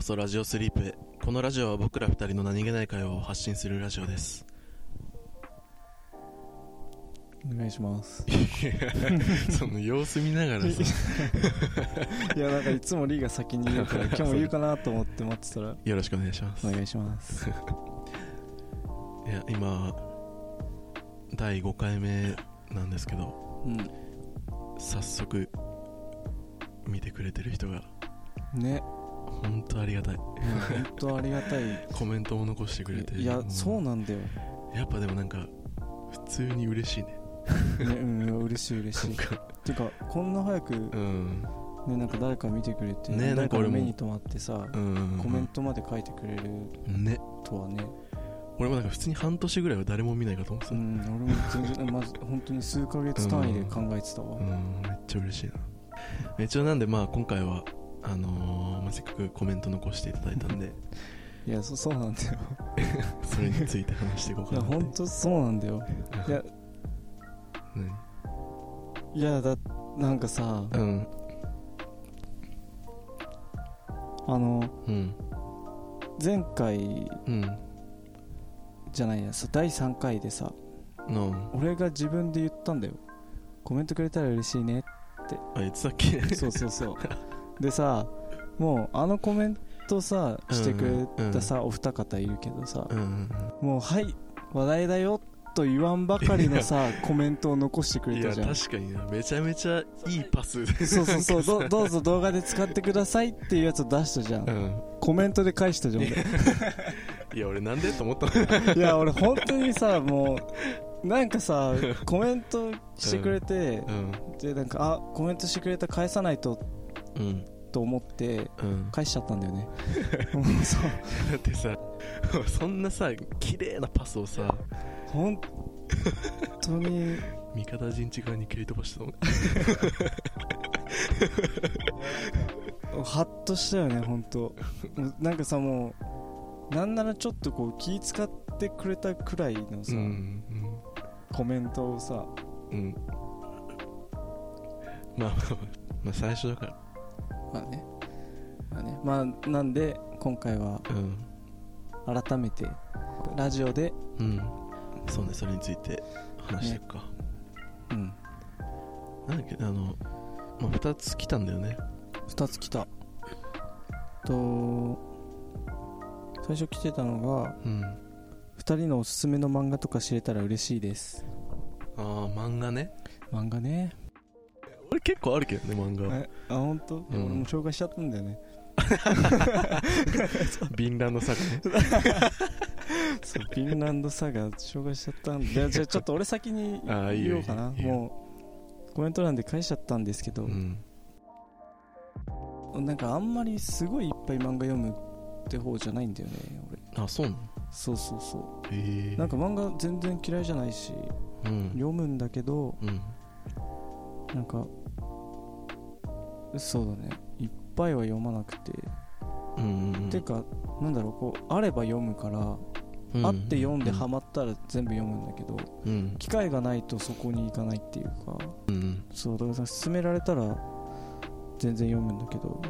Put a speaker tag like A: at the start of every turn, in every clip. A: ストラジオスリープへこのラジオは僕ら二人の何気ない会話を発信するラジオ です
B: お願いします
A: その様子見ながらさ
B: いやなんかいつもリーが先に言 うから今日も言うかなと思って待ってたら
A: よろしくお願いします
B: お願いします
A: いや今第5回目なんですけど
B: うん
A: 早速見てくれてる人が
B: ね
A: 本当ありがたい
B: 本当ありがたい
A: コメントも残してくれて
B: いや
A: も
B: そうなんだよ、ね、
A: やっぱでもなんか普通に嬉しいね
B: うん嬉しい嬉し
A: ないんか
B: てかこんな早く
A: うん
B: ねなんか誰か見てくれて、
A: ねなん
B: 誰
A: か
B: か
A: 俺
B: の
A: も
B: 目に留まってさ、
A: うん
B: コメントまで書いてくれる
A: ね
B: とはね
A: 俺もなんか普通に半年ぐらいは誰も見ないかと思って
B: う
A: た、
B: ん俺も全然まず本当に数ヶ月単位で考えてたわ
A: うん、めっちゃ嬉しいな一応なんでまあ今回はあのーまあ、せっかくコメント残していただいたん で
B: いやそそうなんだよ
A: それについて話していこう
B: い
A: か
B: や
A: なって
B: 本当そうなんだよいやいやだなんかさ
A: 何うん
B: あの
A: うん
B: 前回
A: うん
B: じゃないやさ第3回でさ
A: の
B: 俺が自分で言ったんだよコメントくれたら嬉し いね
A: あいつだっけ
B: そうそうそうでさもうあのコメントさしてくれたさ、お二方いるけどさ、
A: うんうん
B: もう「はい話題だよ」と言わんばかりのさコメントを残してく
A: うん
B: れ
A: い
B: た
A: や
B: じゃん
A: 確かになめちゃめちゃいいパスう
B: そうそうそうどどうぞ動画で使ってくださいっていうやつを出したじゃん、
A: ん
B: コメントで返したじゃん俺
A: いや俺なんでと思ったの
B: いや俺本当にさもうなんかさコメントしてくれて、
A: うん
B: でなんかあコメントしてくれた返さないと
A: うん
B: と思って
A: うん
B: 返しちゃったんだ よねもうそう
A: だってさ そんなさ綺麗なパスをさ
B: 本当に
A: 味方陣地側に蹴り飛ばしたの
B: ハッとしたよね本当もうなんかさもうなんならちょっとこう気使ってくれたくらいのさ、
A: うん
B: コメントをさ
A: うんうんまあまあまあまあ最初だか
B: まあねまあねまあなんで今回は
A: らうん
B: 改めてラジオで、
A: うんそうねそれについて話していくか、
B: うん、
A: なんだっけあの、まあ、2つ来たんだよね
B: 2つ来たと最初来てたのが
A: うん
B: 2人のおすすめの漫画とか知れたら嬉しいです
A: ああ漫画ね
B: 漫画ね
A: 俺結構あるけどね漫画
B: えあ本当、
A: ん
B: 俺も紹介しちゃったんだよね
A: ビンランド作 ね
B: そうフィンランドサガ紹介しちゃったんでじゃあじゃあちょっと俺先に
A: あーいいよ
B: 言おうかない
A: いよ
B: もうコメント欄で返しちゃったんですけ
A: う
B: ど、
A: ん
B: なんかあんまりすごいいっぱい漫画読むって方じゃないんだよね俺
A: あそうなの
B: そうそうそ
A: へえ
B: うなんか漫画全然嫌いじゃないし
A: うん
B: 読むんだけど
A: うん
B: なんかそうだねいっぱいは読まなくて、
A: うんうん
B: ていうかなんだろうこうあれば読むから、
A: うん
B: あって読んでハマったら全部読むんだけど、
A: うん
B: 機会がないとそこに行かないっていうか
A: うんうん
B: そうだからさ勧められたら全然読むんだけど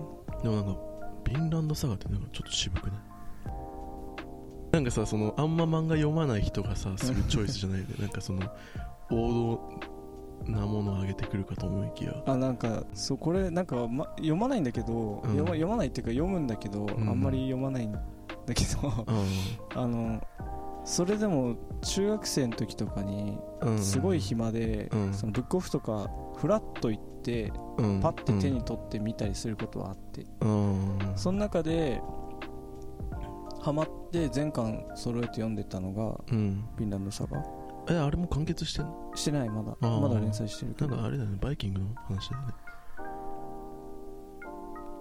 A: でもなんかビンランドサガってなんかちょっと渋くないなんかさそのあんま漫画読まない人がさするチョイスじゃない でなんかその王道なものを上げてくるかと思いきや
B: あなんかそうこれなんか、ま、読まないんだけど、
A: うん
B: 読ま読まないっていうか読むんだけど、
A: ん
B: あんまり読まないんだけど あのそれでも中学生の時とかに
A: うん
B: すごい暇で、
A: うん
B: そのブックオフとかフラッと行って
A: うん
B: パッて手に取って見たりすることはあって、
A: うんうん
B: その中でハマって全巻揃えて読んでたのが
A: うん
B: 「フィンランドサガ
A: えあれも完結してんの」
B: してないまだ
A: あー
B: まだ連載してるけ
A: な
B: ど
A: んかあれだよねバイキングの話だよね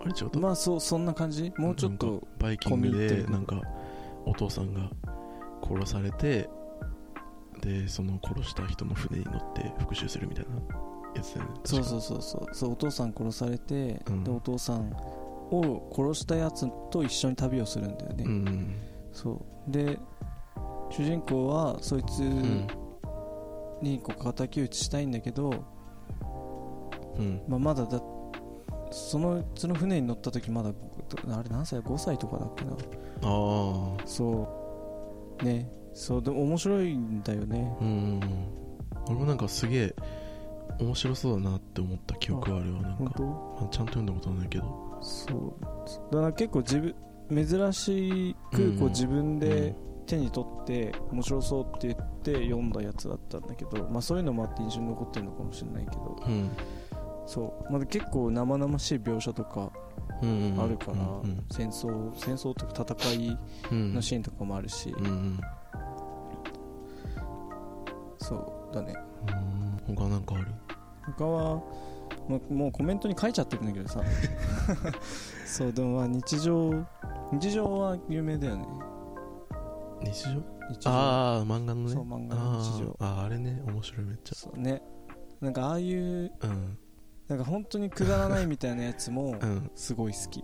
A: あれ違った
B: まあそうそんな感じもうちょっ
A: な
B: と
A: バイキング
B: 込み入って
A: で
B: る
A: なんかお父さんが殺されてでその殺した人の船に乗って復讐するみたいなやつだよね
B: そう
A: う
B: そうそうそうそうお父さん殺されて、
A: うん
B: でお父さんを殺したやつと一緒に旅をするんだよね、
A: うん
B: そうで主人公はそいつ
A: うん
B: にこう敵討ちしたいんだけど、
A: うん
B: まあ、まだだそのその船に乗った時まだ僕あれ何歳5歳とかだっけな
A: ああ
B: そうねそうでも面白いんだよね
A: うん俺もなんかすげえ面白そうだなって思った記憶があるわなん
B: 本
A: か、
B: 当
A: まあちゃんと読んだことはないけど
B: そうだから結構自分珍しくこ
A: うん
B: う自分で手に取って面白そうって言って読んだやつだったんだけど、まあ、そういうのもあって印象に残ってるのかもしれないけど
A: うん
B: そう、まあ、結構生々しい描写とか
A: うんうんうん
B: あるから、
A: うん
B: 戦争戦争とか戦い
A: うん
B: のシーンとかもあるし、
A: うんうん
B: そうだね
A: うん他なんかある
B: 他は、ま、もうコメントに書いちゃってるんだけ どさそうでもまあ日常日常は有名だよね
A: 日常
B: 日常
A: ああ漫画のね
B: そう漫画の
A: あ
B: 日常
A: ーあーあれね面白いめっち
B: そうねなんかああいう
A: ゃうん
B: なんか本当にくだらないみたいなやつも
A: うん
B: すごい好き、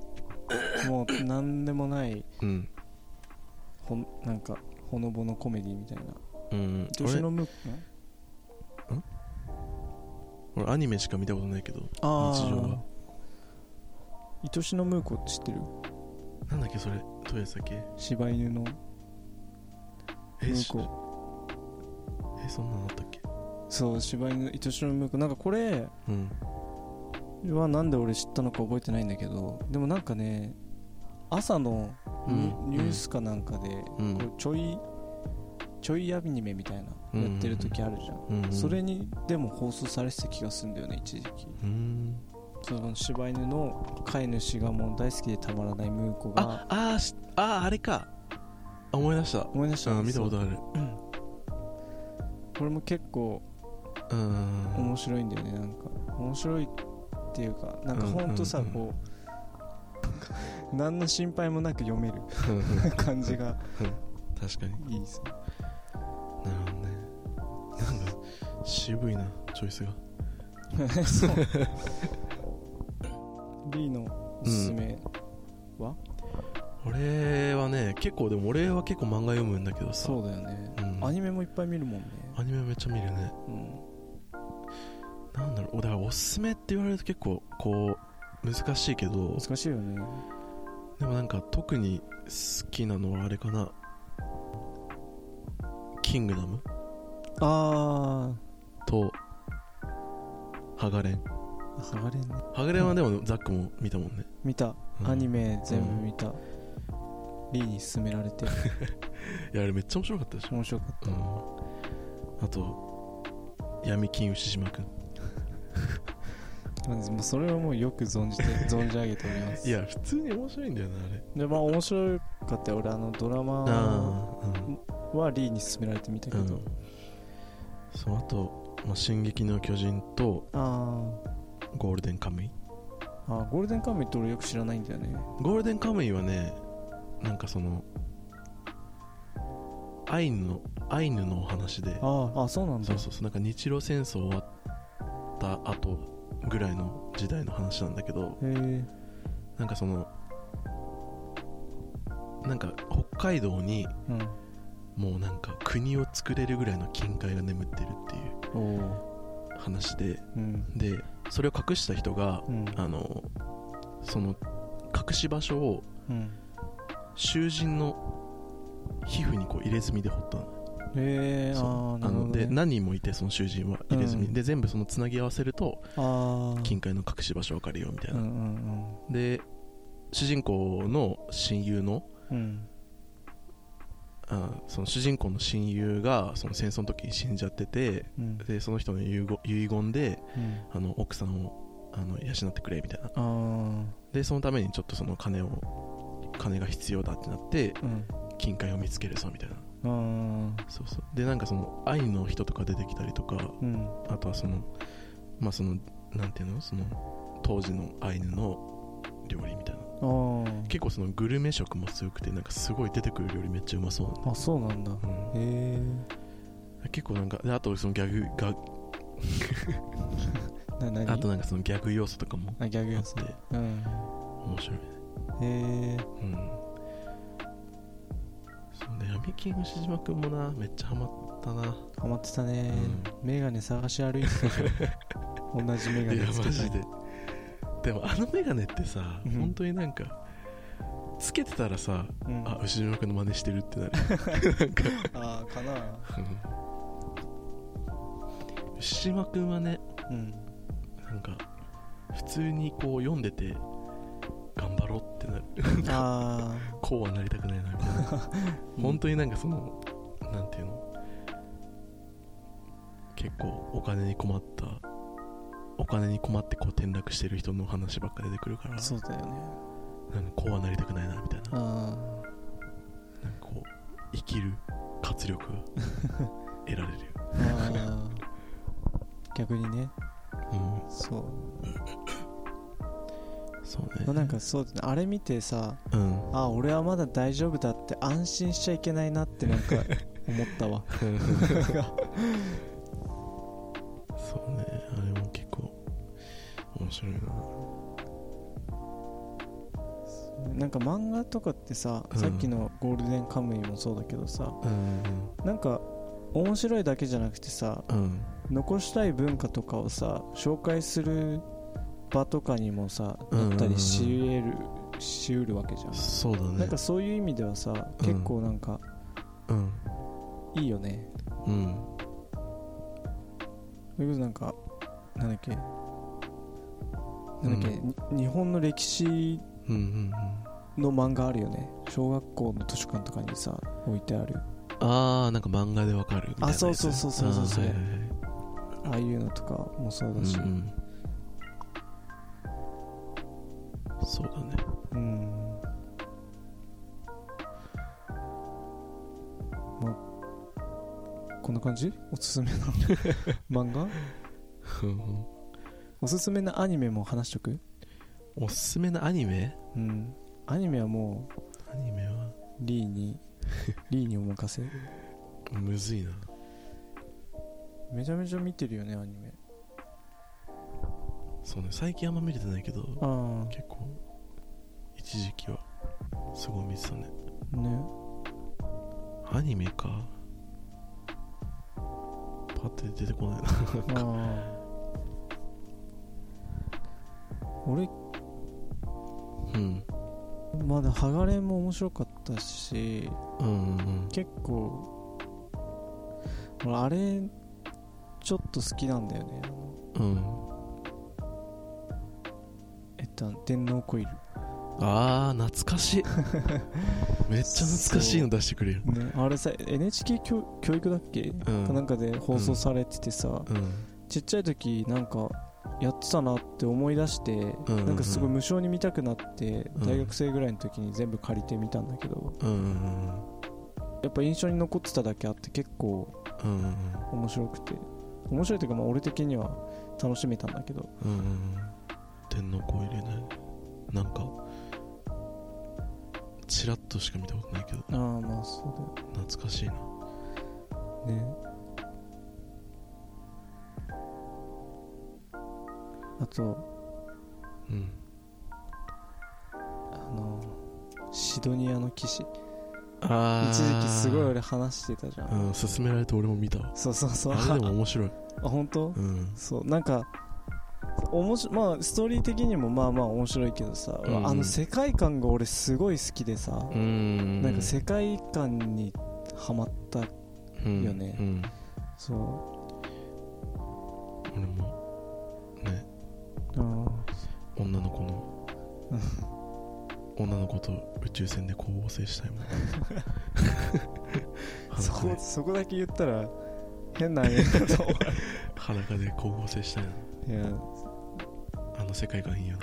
B: もう何でもない
A: うん
B: ほんなんかほのぼのコメディみたいな
A: うん
B: 女子
A: 俺
B: のム
A: 俺アニメしか見たことないけど
B: あ
A: 日常は
B: 愛しのムーコ知ってる
A: なんだっけそれどうやつだっけ
B: 柴犬のム
A: え
B: ー
A: し
B: コ
A: えそんなのあったっけ
B: そう柴犬の愛しのムーコなんかこれ
A: うん
B: はなんで俺知ったのか覚えてないんだけどでもなんかね朝のニュ,、
A: うん
B: ースかなんかで、
A: うん
B: こうちょいちょいアニメみたいな
A: うんうんうん
B: やってる時あるじゃん、
A: うん
B: それにでも放送されてた気がするんだよね一時期
A: うん
B: その柴犬の飼い主がもう大好きでたまらないムーコ
A: あ
B: が
A: あーしあーあれかあ思い出した
B: 思い出した
A: あ見たことある
B: これも結構
A: うんうん
B: 面白いんだよねなんか面白いっていうかなんか
A: うん
B: ほんとさ、
A: うんうん
B: こう何の心配もなく読める 感じが
A: 確かに
B: いいですね
A: なるほどねなんか渋いなチョイスが
B: そう B のおすすめ、
A: 俺はね結構でも俺は結構漫画読むんだけどさ
B: そうだよね、
A: うん
B: アニメもいっぱい見るもんね、
A: アニメめっちゃ見るね
B: うん、
A: なんだろうだからおすすめって言われると結構こう難しいけど
B: 難しいよね
A: でもなんか特に好きなのはあれかな「キングダム
B: あ」
A: と「ハガレン
B: あ剥がれんね」
A: ハガレンはでもザックも見たもんね、
B: 見た
A: うん
B: アニメ全部見た、リーに勧められ て
A: いやあれめっちゃ面白かったでしょ、
B: 面白かっ
A: う
B: た、
A: ん、あと闇金牛島くん
B: まあもうそれはもうよく存 じて存じ上げております
A: いや普通に面白いんだよなあれ
B: でまあ面白かったよ俺あのドラマ
A: あーうん
B: はリーに勧められて見たけ
A: う
B: ど、
A: んそうあと「まあ、進撃の巨人」と
B: あー
A: 「ゴールデンカムイ」
B: あーゴールデンカムイって俺よく知らないんだよね
A: ゴールデンカムイはねなんかそのアイヌのアイヌのお話で
B: あーあそうなんだ
A: そうそうそうなんか日露戦争終わった後ぐらいの時代の話なんだけど
B: へえ
A: なんかそのなんか北海道に
B: うん
A: もうなんか国を作れるぐらいの金塊が眠ってるっていう
B: おお
A: 話で
B: うん
A: でそれを隠した人が
B: うん
A: あのその隠し場所を
B: うん
A: 囚人の皮膚にこう入れ墨で彫ったの
B: へえ
A: そう
B: ああな
A: あ
B: るほ
A: の
B: ど、
A: で
B: ね、
A: 何人もいてその囚人は入れ墨、
B: うん
A: で全部そのつなぎ合わせると
B: ああ
A: 金塊の隠し場所わかるよみたい
B: うん
A: な、
B: うん
A: で主人公の親友の
B: うんうん
A: あその主人公の親友がその戦争の時に死んじゃってて
B: うん
A: でその人の遺言遺言で
B: うん
A: あの奥さんをあの養ってくれみたいな
B: ああ
A: でそのためにちょっとその金を金が必要だってなって
B: うん
A: 金塊を見つけるぞみたいな
B: あー
A: そうそうでなんかその愛の人とか出てきたりとか
B: うん
A: あとはそのまあそのなんていうのその当時のアイヌの料理みたいな
B: あ
A: 結構そのグルメ食も強くてなんかすごい出てくる料理めっちゃうまそう
B: ああそうなんだ
A: なの、
B: へえ
A: うん、結構なんかであとそのギャグが
B: な何
A: あとなんかそのギャグ要素とかも
B: あギャグ
A: あ
B: や
A: っ
B: つ
A: て
B: うん
A: 面白いね
B: へえ
A: うんそうね闇金牛島くんもなめっちゃハマったな、
B: ハマってたねメガネ探し歩いてたじゃん同じメ
A: うん
B: ガ
A: い
B: ネ
A: や
B: つ
A: マ
B: けた
A: ジででもあの眼鏡ってさ、
B: うん
A: 本当になんかつけてたらさ
B: うん
A: あ牛島君の真似してるってなるなんか
B: あーかな
A: うん牛島君はね
B: うん
A: なんか普通にこう読んでて頑張ろうってなる
B: あ
A: こうはなりたくないなみたいな
B: あ
A: 本当になんかそのなんていうの結構お金に困ったお金に困ってこう転落してる人の話ばっか出てくるから
B: そうだよね
A: なんかこうはなりたくないなみたいななんか
B: あ
A: こう生きる活力が得られる、
B: ーあー逆にね
A: うん、
B: そう、
A: そうね
B: まあ、なんかそうだねあれ見てさ
A: うん
B: あ俺はまだ大丈夫だって安心しちゃいけないなってなん か思ったわ
A: そうねあれも結構面白いな
B: なんか漫画とかってさ、
A: うん
B: さっきの「ゴールデンカムイ」もそうだけどさ
A: うん
B: なんか面白いだけじゃなくてさ
A: うん
B: 残したい文化とかをさ紹介する場とかにもさ
A: うんうんうん
B: なったりしえる、しうるわけじゃん、
A: そうだね
B: なんかそういう意味ではさ
A: うん
B: 結構なんか
A: うん
B: いいよね、
A: うん
B: それこそなんかなんだっけなんだっけ、に日本の歴史
A: うんうんうん
B: の漫画あるよね小学校の図書館とかにさ置いてある
A: ああなんか漫画でわかるみたいなやつ
B: あそうそうそうそうそうそう
A: あーはいはいはい
B: ああいうのとかもそうだし、
A: うんうんそうだね
B: うんまあこんな感じおすす めの漫画
A: うん
B: おすすめのアニメも話しとく
A: おすすめのアニメ
B: うんアニメはもう
A: アニメは
B: リーにリーにお任せ
A: むずいな
B: めちゃめちゃ見てるよねアニメ
A: そうね最近あんま見れてないけど
B: あ
A: 結構一時期はすごい見てたね
B: あね
A: アニメかパッて出てこないな
B: ああ俺
A: うん
B: まだ「ハガレン」も面白かったし
A: うんうん
B: 結構俺あれちょっと好きなんだよねあの
A: うん
B: えっと電脳コイル
A: あー懐かし いめっちゃ懐かしいの出してくれる
B: ね、あれさ NHK 教教育だっけ、
A: うん
B: かなんかで放送されててさ、
A: うん
B: ちっちゃい時なんかやってたなって思い出して、
A: うんうん
B: なんかすごい無償に見たくなって、
A: うん
B: 大学生ぐらいの時に全部借りてみたんだけど
A: うんうん
B: やっぱ印象に残ってただけあって結構
A: うんうん
B: 面白くて面白いというかまあ俺的には楽しめたんだけど
A: うんうんうん天の声入れないなんかチラッとしか見たことないけど
B: ああまあそうだよ
A: 懐かしいな
B: ねあと
A: うん
B: あのシドニアの騎士
A: あ
B: 一時期すごい俺話してたじゃん、
A: うん勧められて俺も見た わ
B: そうそうそう
A: あれでも
B: あ
A: 面白い
B: 本当、
A: うん
B: そうなんかおもしまあストーリー的にもまあまあ面白いけどさ、
A: うん
B: あの世界観が俺すごい好きでさ、
A: うん
B: なんか世界観にはまった
A: うん
B: よね
A: うん
B: そ
A: 俺もね
B: う、うん、
A: 女の子 の女の子と宇宙船で光合成 したいもん
B: そ
A: 裸
B: こ
A: で
B: そこだけ言ったら変な映画と思 う
A: 裸で光合成したいない
B: や
A: あの世界観いいよ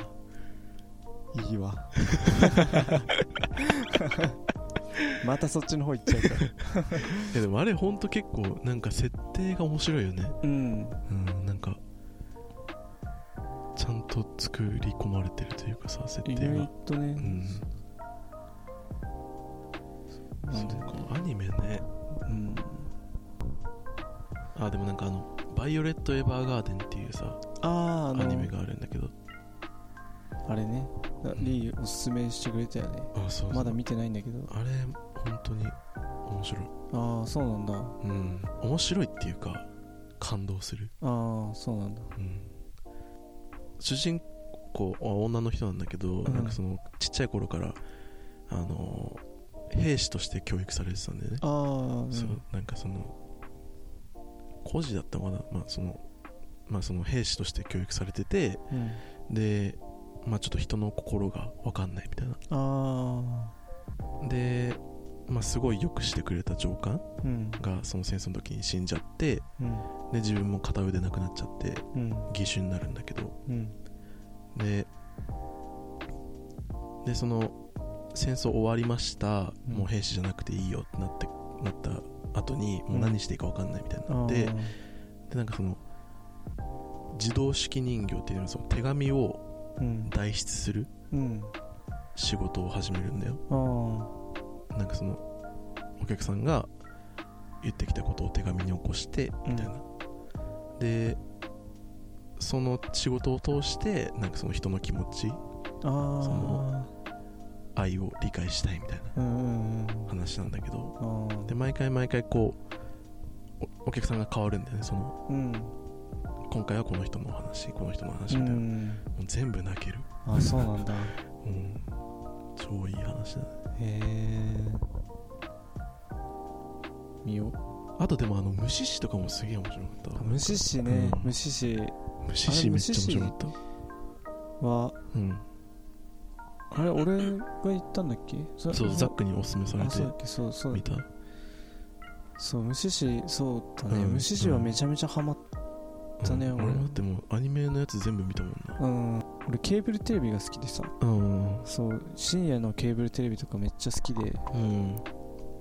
A: ない
B: いわ またそっちの方行っちゃうから
A: いやでもあれほんと結構なんか設定が面白いよね
B: うん
A: うんなんかちゃんと作り込まれてるというかさ設
B: 意
A: 定
B: 外
A: が
B: とね、
A: うん
B: な
A: そ
B: ん
A: う
B: で
A: かアニメね
B: うん
A: あでもなんかあの「バイオレット・エヴァーガーデン」っていうさ
B: あああ
A: ア
B: の
A: ニメがあるんだけど
B: あれねだリーおすすめしてくれたよね
A: あそうそう
B: まだ見てないんだけど
A: あれ本当に面白い
B: ああそうなんだあ
A: うん面白いっていうか感動する、
B: あそうなんだ
A: うん、主人子あ女の人なんだけど、
B: ん
A: なんかそのちっちゃい頃からあの兵士として教育されてたんだよね、
B: ああ、うん
A: そうなんかその孤児だったらまだ、まあそのまあ、その兵士として教育されてて
B: うん
A: で、まあ、ちょっと人の心が分かんないみたいな
B: あ
A: で、まあ、すごいよくしてくれた上官
B: あうん
A: がその戦争の時に死んじゃってで
B: うん
A: 自分も片腕なくなっちゃって
B: うん
A: 義手になるんだけど
B: うん
A: ででその戦争終わりました、
B: うん
A: もう兵士じゃなくていいよってなってなった後にもう何していいか分かんないみたいになって、
B: あー
A: でなんかその自動式人形っていうのはその手紙を
B: うん
A: 代筆する
B: うん
A: 仕事を始めるんだよ
B: ああ
A: なんかそのお客さんが言ってきたことを手紙に起こしてみたいな、でその仕事を通してなんかその人の気持ち
B: あ
A: そ
B: あ
A: の愛を理解したいみたいな
B: うんうんうん
A: 話なんだけど
B: あー
A: で毎回毎回こうおお客さんが変わるんだよねその
B: うん
A: 今回はこの人のお話この人の話
B: う
A: みたいな、も
B: ん
A: う全部泣ける、
B: あそうなんだへ
A: うん、超いい話だね
B: え見よう
A: あとでもあの無視死とかもすげえ面白かったわ
B: 無視死ね
A: うん
B: 無視死
A: 無視死めっちゃ面白かった
B: は
A: うん
B: あれ俺が言ったんだっけそ
A: そうザックにおすすめされ
B: あ
A: て
B: そうだっけそうそう
A: 見た
B: そう無視死そうだね
A: うん
B: 無視死はめちゃめちゃハマっだね
A: うん
B: 俺
A: 俺もだってもうアニメのやつ全部見たもんな
B: うん俺ケーブルテレビが好きでさ
A: うん
B: そう深夜のケーブルテレビとかめっちゃ好きで
A: うん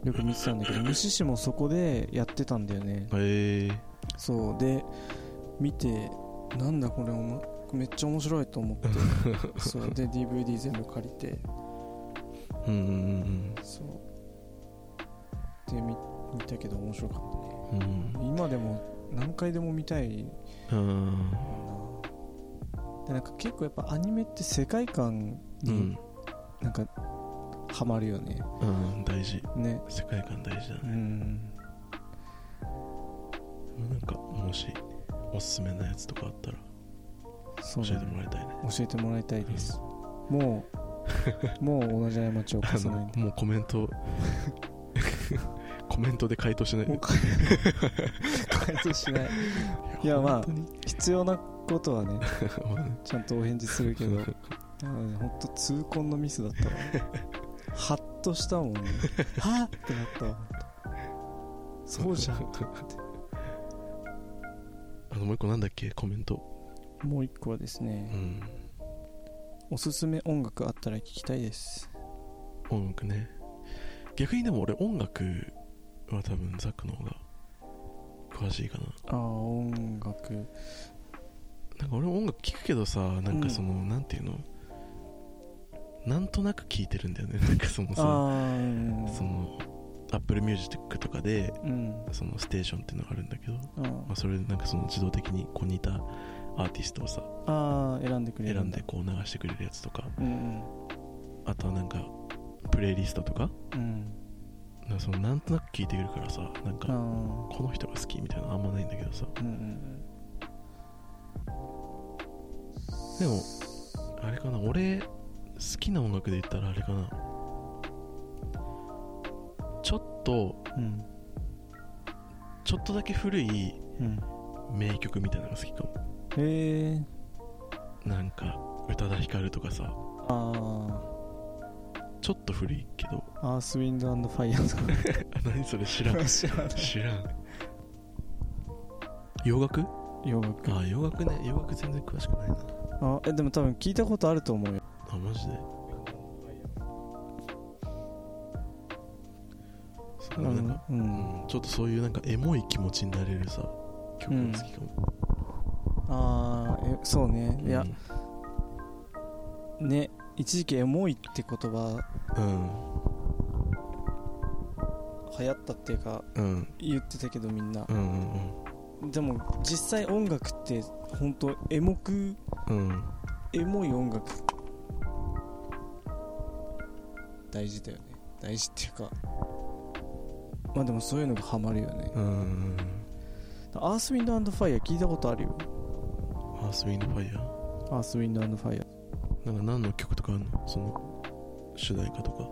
B: よく見てたんだけど無視死もそこでやってたんだよね
A: へえ
B: そうで見てなんだこれおもめっちゃ面白いと思って そうで DVD 全部借りて
A: うんうん
B: そうで見見たけど面白かっ
A: うんうん
B: た今でも何回でも見たい
A: うん
B: なでなんか結構やっぱアニメって世界観
A: う
B: に
A: ん
B: なんかハマるよね、
A: うん大事
B: ね
A: 世界観大事だ
B: う
A: ね
B: ん
A: なんかもしおすすめなやつとかあったら
B: そ
A: 教え
B: うだ
A: ても
B: ね
A: らいたいね
B: 教えてもらいたいです、もう もう同じ過ちを
A: あ
B: 犯さ
A: の
B: ないんで
A: もうコメント コメントで回答しない
B: もう
A: で
B: か回答しないいやまあ 必要なことはねちゃんとお返事するけどあのねほんと痛恨のミスだったわハッとし たもんねはっってなったわほんとそうじゃん
A: あのもう一個なんだっけコメント
B: もう一個はです
A: う
B: ね
A: ん
B: おすすめ音楽あったら聞きたいです
A: 音楽ね逆にでも俺音楽は多分ザックの方が詳しいかな
B: ああ音楽
A: なんか俺も音楽聴くけどさなんかその、なんていうのなんとなく聴いてるんだよね なんかその
B: あ
A: さ
B: あうん
A: そのアップルミュージックとかで
B: うん
A: そのステーションっていうのがあるんだけど、ま
B: あー
A: あ、それでなんかその自動的にこう似たアーティストをさ
B: あー選んでくれ
A: 選
B: る
A: ん
B: だ
A: でこう流してくれるやつとか
B: うん
A: あとはなんかプレイリストとか
B: うんうん
A: なんかそのなんとなく聴いてくるからさなん
B: あ
A: か
B: ー
A: この人が好きみたいなのあんまないんだけどさ
B: うんうん
A: でもあれかな俺好きな音楽で言ったらあれかなちょっと
B: うん
A: ちょっとだけ古い
B: うん
A: 名曲みたいなのが好きかも
B: へえ
A: なんか宇多田ヒカルとかさ
B: ああ
A: ちょっと古いけど
B: アースウィンドアンドファイヤーとか
A: 何それ知らん
B: 知らない
A: 知らん洋楽
B: 洋楽
A: あ洋楽ね洋楽全然詳しくないな
B: あえでも多分聞いたことあると思うよ
A: あマジでそうなんか
B: うん、
A: うんちょっとそういうなんかエモい気持ちになれるさ曲が好きかも、
B: ああえそうね
A: うん、
B: いや、ね一時期エモいって言葉
A: うん
B: 流行ったっていうか
A: うん
B: 言ってたけどみんな
A: うんうん
B: でも実際音楽って本当エモく
A: うんうん
B: エモい音楽大事だよね大事っていうかまあでもそういうのがハマるよね
A: うん
B: アースウィンドアンドファイヤー聞いたことあるよ
A: アースウィンドファイヤー
B: アースウィンドアンドファイヤ
A: なんか何の曲とかあるのその主題歌とか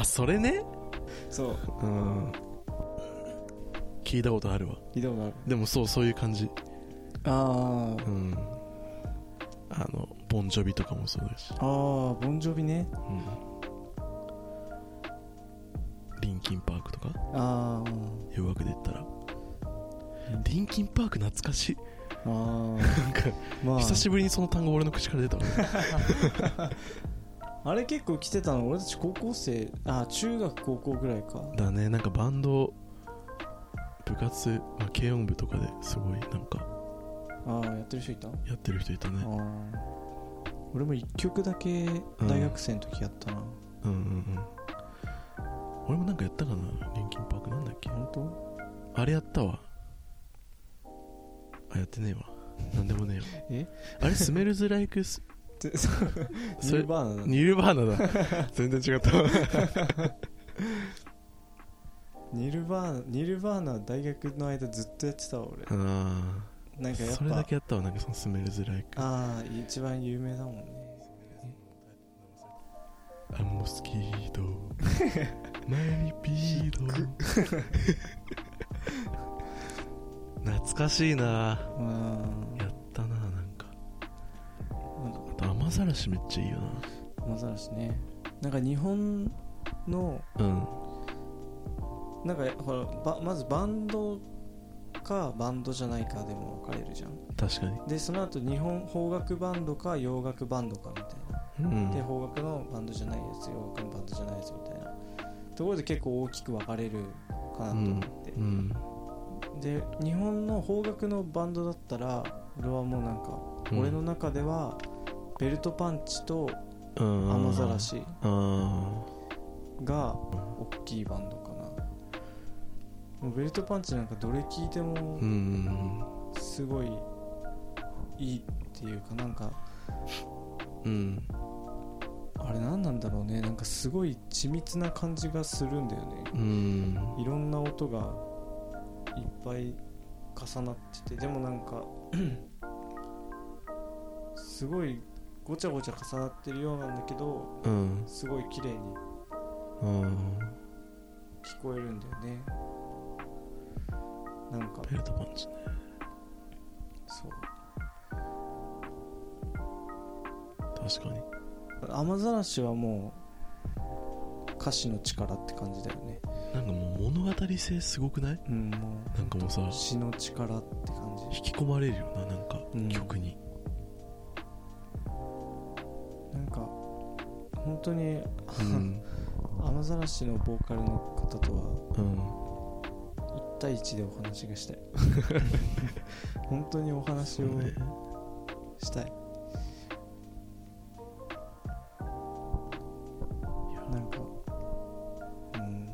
A: あそれね
B: そう
A: うん聞いたことあるわ
B: 移動がある
A: でもそうそういう感じ
B: あー
A: うんあのボンジョビとかもそうだし、
B: あーボンジョビね
A: うん、リンキンパークとか
B: あー
A: 洋楽で言ったらリンキンパーク懐かしい
B: あー
A: なんか
B: まあ
A: 久しぶりにその単語俺の口から出たわ
B: あれ結構来てたの俺たち高校生あー中学高校ぐらいか
A: だねなんかバンド部活、まあ、軽音部とかですごいなんか
B: ああやってる人いた
A: やってる人いた
B: あ
A: ね
B: ー俺も1曲だけ大学生の時やったな、
A: うんうんうん俺もなんかやったかなリンキンパークなんだっけ
B: 本当
A: あれやったわあやってねえわなんでもねえわ
B: え
A: あれスメルズ・ライクス
B: でそ
A: それ
B: ニルバーナだ
A: ニルバーナ だ全然違ったわ
B: ニルバーナニルバーナ大学の間ずっとやってたわ俺
A: あ
B: なんか
A: ー
B: やっ
A: それだ
B: ぱ
A: けやったわなんかそのスメルズ・ライク
B: ああ一番有名だもんね
A: アンモスキー ドマリピード 懐かしいな
B: あ
A: やったななんか
B: なんか
A: あと雨ざらしめっちゃいいよ
B: マザラシねなんか日本の
A: なうん
B: なんかほらばまずバンドかバンドじゃないかでも分かれるじゃん
A: 確かに
B: でその後日本邦楽バンドか洋楽バンドかみたいな、
A: うん
B: で邦楽のバンドじゃないやつ洋楽のバンドじゃないやつみたいなところで結構大きく分かれるかなと思って、
A: うん
B: で日本の邦楽のバンドだったら俺はもうなんか、俺の中ではベルトパンチと雨ざらし
A: ああ
B: が大きいバンドかなもうベルトパンチなんかどれ聴いても
A: うんうん
B: すごいいいっていうかなんか
A: うんうん
B: あれ何なんだろうねなんかすごい緻密な感じがするんだよね
A: うん
B: いろんな音がいっぱい重なっててでもなんか すごいごちゃごちゃ重なってるようなんだけど
A: うん
B: すごい綺麗に
A: あー
B: 聞こえるんだよねなんか
A: ベルトパンチね
B: そう
A: 確かに
B: 雨ざらしはもう歌詞の力って感じだよね
A: なんかもう物語性すごくない
B: うんも
A: なんかもうさ
B: う詩の力って感じ
A: 引き込まれるよななんか
B: うん
A: 曲 に
B: なんか本当に
A: うん
B: 雨ざらしのボーカルの方とは
A: うん
B: 1対1でお話がしたい 本当にお
A: そ
B: 話
A: う
B: を
A: ね
B: したいなんかうん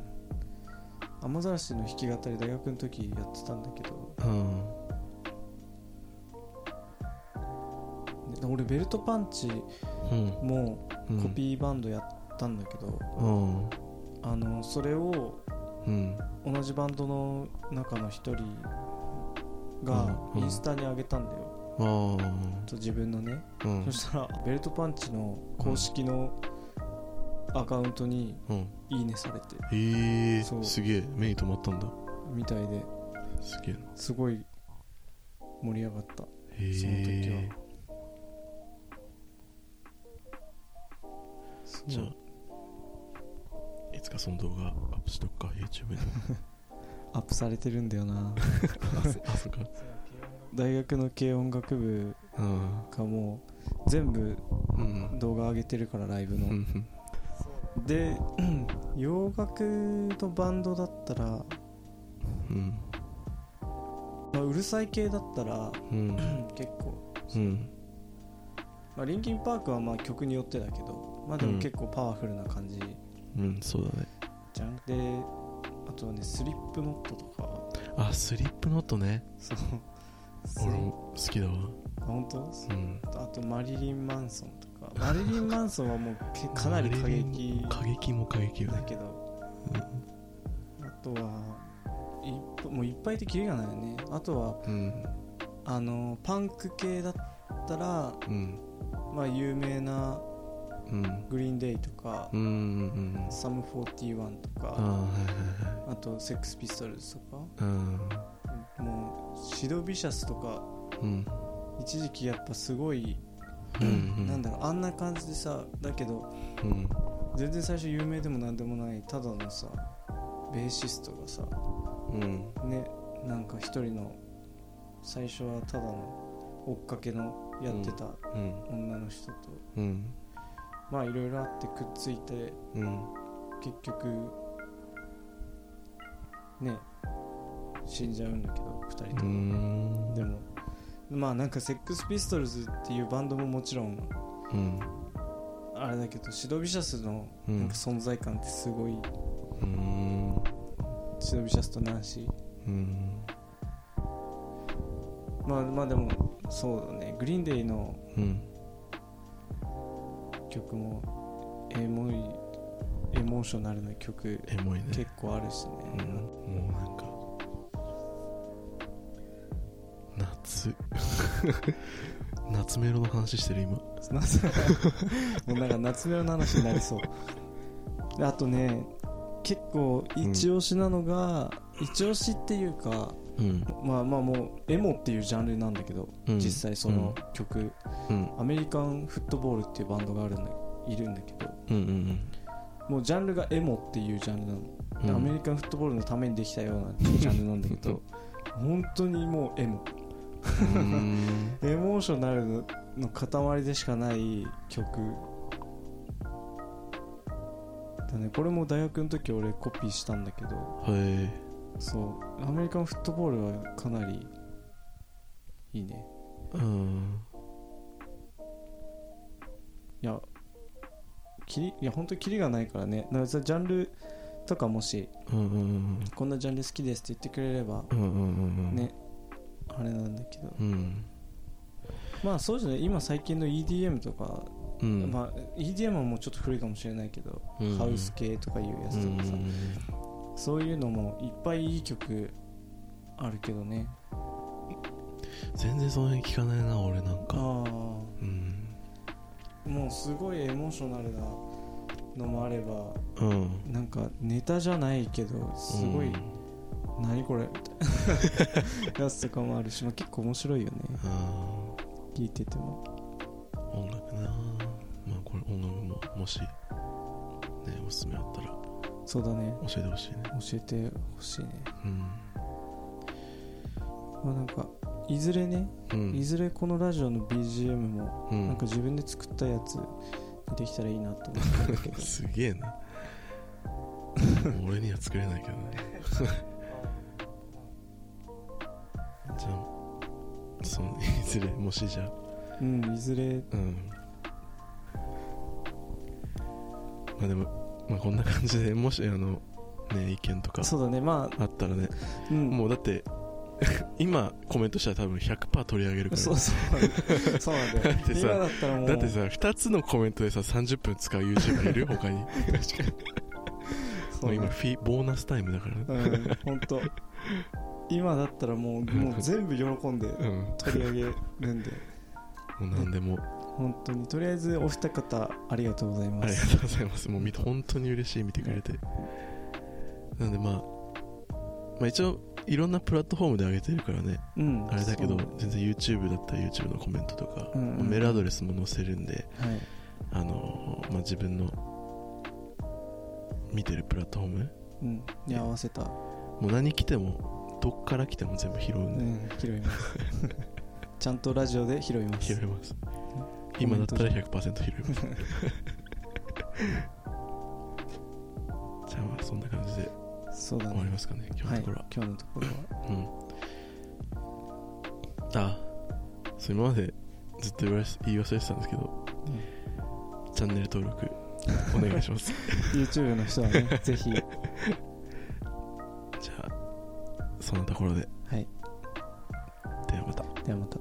B: 雨ざらしの弾き語り大学の時やってたんだけど
A: うん
B: で俺ベルトパンチ
A: うん
B: も
A: うん
B: コピーバンドやったんだけど、
A: うん
B: あのそれを
A: うん
B: 同じバンドの中の一人が
A: うんうん
B: インスタに上げたんだよ、
A: あー
B: と自分のね、
A: うん
B: そしたらベルトパンチの公式のアカウントに
A: うん
B: 「いいね」されて
A: え
B: そ
A: ー
B: う
A: すげえ目に留まったんだ
B: みたいです
A: げえな
B: すごい盛り上がった
A: へえ
B: その時はすごい
A: じゃあいつかその動画アップしとくか YouTube に
B: アップされてるんだよな
A: あそうか
B: 大学の軽音楽部
A: うん
B: がもう全部
A: うん
B: 動画上げてるからライブ
A: う
B: の、
A: ん
B: で 洋楽とバンドだったら、ま
A: うん
B: あ、うるさい系だったら
A: うん
B: 結構、
A: うん
B: まあ、リンキンパークはまあ曲によってだけどまあで
A: うん
B: も結構パワフルな感じ
A: うんそうだね
B: じゃん、であとはねスリップノットとか
A: あスリップノットね
B: そうスリ
A: 俺も好きだわ
B: あ本当
A: うん
B: あとマリリン・マンソンとかマリリン・マンソンはもうけかなり過激
A: 過激も過激よ
B: だ
A: ね
B: けどあとはいっぱもういっぱいでキリがないよねあとは
A: うん
B: あのパンク系だっったら
A: うん
B: まあ有名な
A: うん
B: グリーンデイとか、
A: うんうんうん
B: サム41と
A: あ
B: か
A: あはい
B: あとセックスピストルズとか
A: はいはい
B: もうシドビシャスとか
A: うん
B: 一時期やっぱすごい、
A: うんうん
B: なんだろうあんな感じでさだけど
A: うん
B: 全然最初有名でもなんでもないただのさベーシストがさ
A: うん
B: ねなんか一人の最初はただの追っかけのやってた
A: うん
B: 女の人と、
A: うん
B: まあいろいろあってくっついて
A: うん
B: 結局ね死んじゃうんだけど2人と
A: うー
B: も、
A: ん
B: でもまあなんかセックスピストルズっていうバンドももちろん
A: うん
B: あれだけどシドビシャスの
A: う
B: なん
A: ん
B: か存在感ってすごい、
A: うん
B: シドビシャスとナンシー
A: うん
B: まあまあでもそうだねグリーンデイの
A: うん
B: 曲もエモいエモーショナルな曲
A: エモいね
B: 結構あるし
A: うん
B: ね、
A: もうなんか夏夏メロの話してる今
B: 夏もう なんか夏メロの話になりそうであとね結構一押しなのが、一押しっていうか
A: うん、
B: まあまあもうエモっていうジャンルなんだけど、
A: うん、
B: 実際その曲、
A: うん
B: アメリカンフットボールっていうバンドがあるんだいるんだけど
A: うんうん
B: もうジャンルがエモっていうジャンルなの、
A: う
B: で
A: ん
B: アメリカンフットボールのためにできたようなジャンルなんだけ ど本当にもうエモ
A: うーん
B: エモーショナルの塊でしかない曲だねこれも大学の時俺コピーしたんだけど
A: はい
B: そうアメリカンフットボールはかなりいいね
A: うん
B: いやキリいや本当にキリがないからねだからさジャンルとかもし
A: うんうん
B: こんなジャンル好きですって言ってくれれば
A: うんうんうんうんうん
B: ねあれなんだけど
A: うん
B: まあそうじゃない今最近の EDM とか、
A: うん
B: まあ EDM はもうちょっと古いかもしれないけど、
A: うん
B: ハウス系とかいうやつとかさ、
A: うん
B: そういうのもいっぱいいい曲あるけどね
A: 全然その辺聞かないな俺なん
B: ああ
A: かうん
B: もうすごいエモーショナルなのもあれば
A: うん
B: なんかネタじゃないけどすごい、
A: うん
B: 何これみたいな やつとかもあるし、まあ、結構面白いよね
A: あ
B: 聴いてても
A: ー音楽なまあこれ音楽ももしねおすすめあったら教
B: そうだね
A: えてほしいね
B: 教えてほしいね
A: うん
B: まあなんかいずれね、
A: うん
B: いずれこのラジオの BGM も
A: うん
B: なんか自分で作ったやつできたらいいなと思ってるけ ど
A: すげえな俺には作れないけどね じゃあそのいずれもしじゃあ
B: うんいずれ
A: うんまあでも、まあ、こんな感じでもしあのね意見とか
B: そうだねま
A: あったらね
B: あうん
A: もうだって 今コメントしたら多分100%取り上げるから
B: そうそうそうなんだ
A: だ
B: よ
A: ってさ
B: 今だったらもう
A: だってさ2つのコメントでさ30分使う YouTuber い る他に
B: そ
A: も
B: う
A: う今
B: だね
A: フィボーナスタイムだからね
B: うん本当今だったらもうもう全部喜んで
A: うんも
B: 取り上げるんで
A: う何でも
B: 本当にとりあえずお二方ありがとうござい
A: あ
B: ま
A: りが
B: す
A: とうございます。もう見て本当に嬉しい、見てくれて。なんでまあ、まあ一応、いろんなプラットフォームで上げてるからね、
B: うん
A: あれだけど
B: そう、
A: 全然 YouTube だったら YouTube のコメントとか、
B: うんうんうん
A: メールアドレスも載せるんで、
B: はい
A: あのまあ、自分の見てるプラットフォーム、
B: うんに合わせた、
A: もう何来ても、どっから来ても全部拾う
B: うん
A: で、
B: ん、拾います ちゃんとラジオで拾いま
A: 拾
B: す
A: えます。今だったら100%拾え ます。じゃあまあそんな感じで
B: そうだ
A: 終わり
B: ね
A: ますかね、今日
B: は
A: の
B: い
A: ところは。
B: 今日のところは
A: うん、あそう今までずっと言われ言い忘れてたんですけど、チャンネル登録お願いします
B: YouTube の人は ねぜひ
A: じゃあそんなところで
B: はい
A: ではまた
B: ではまた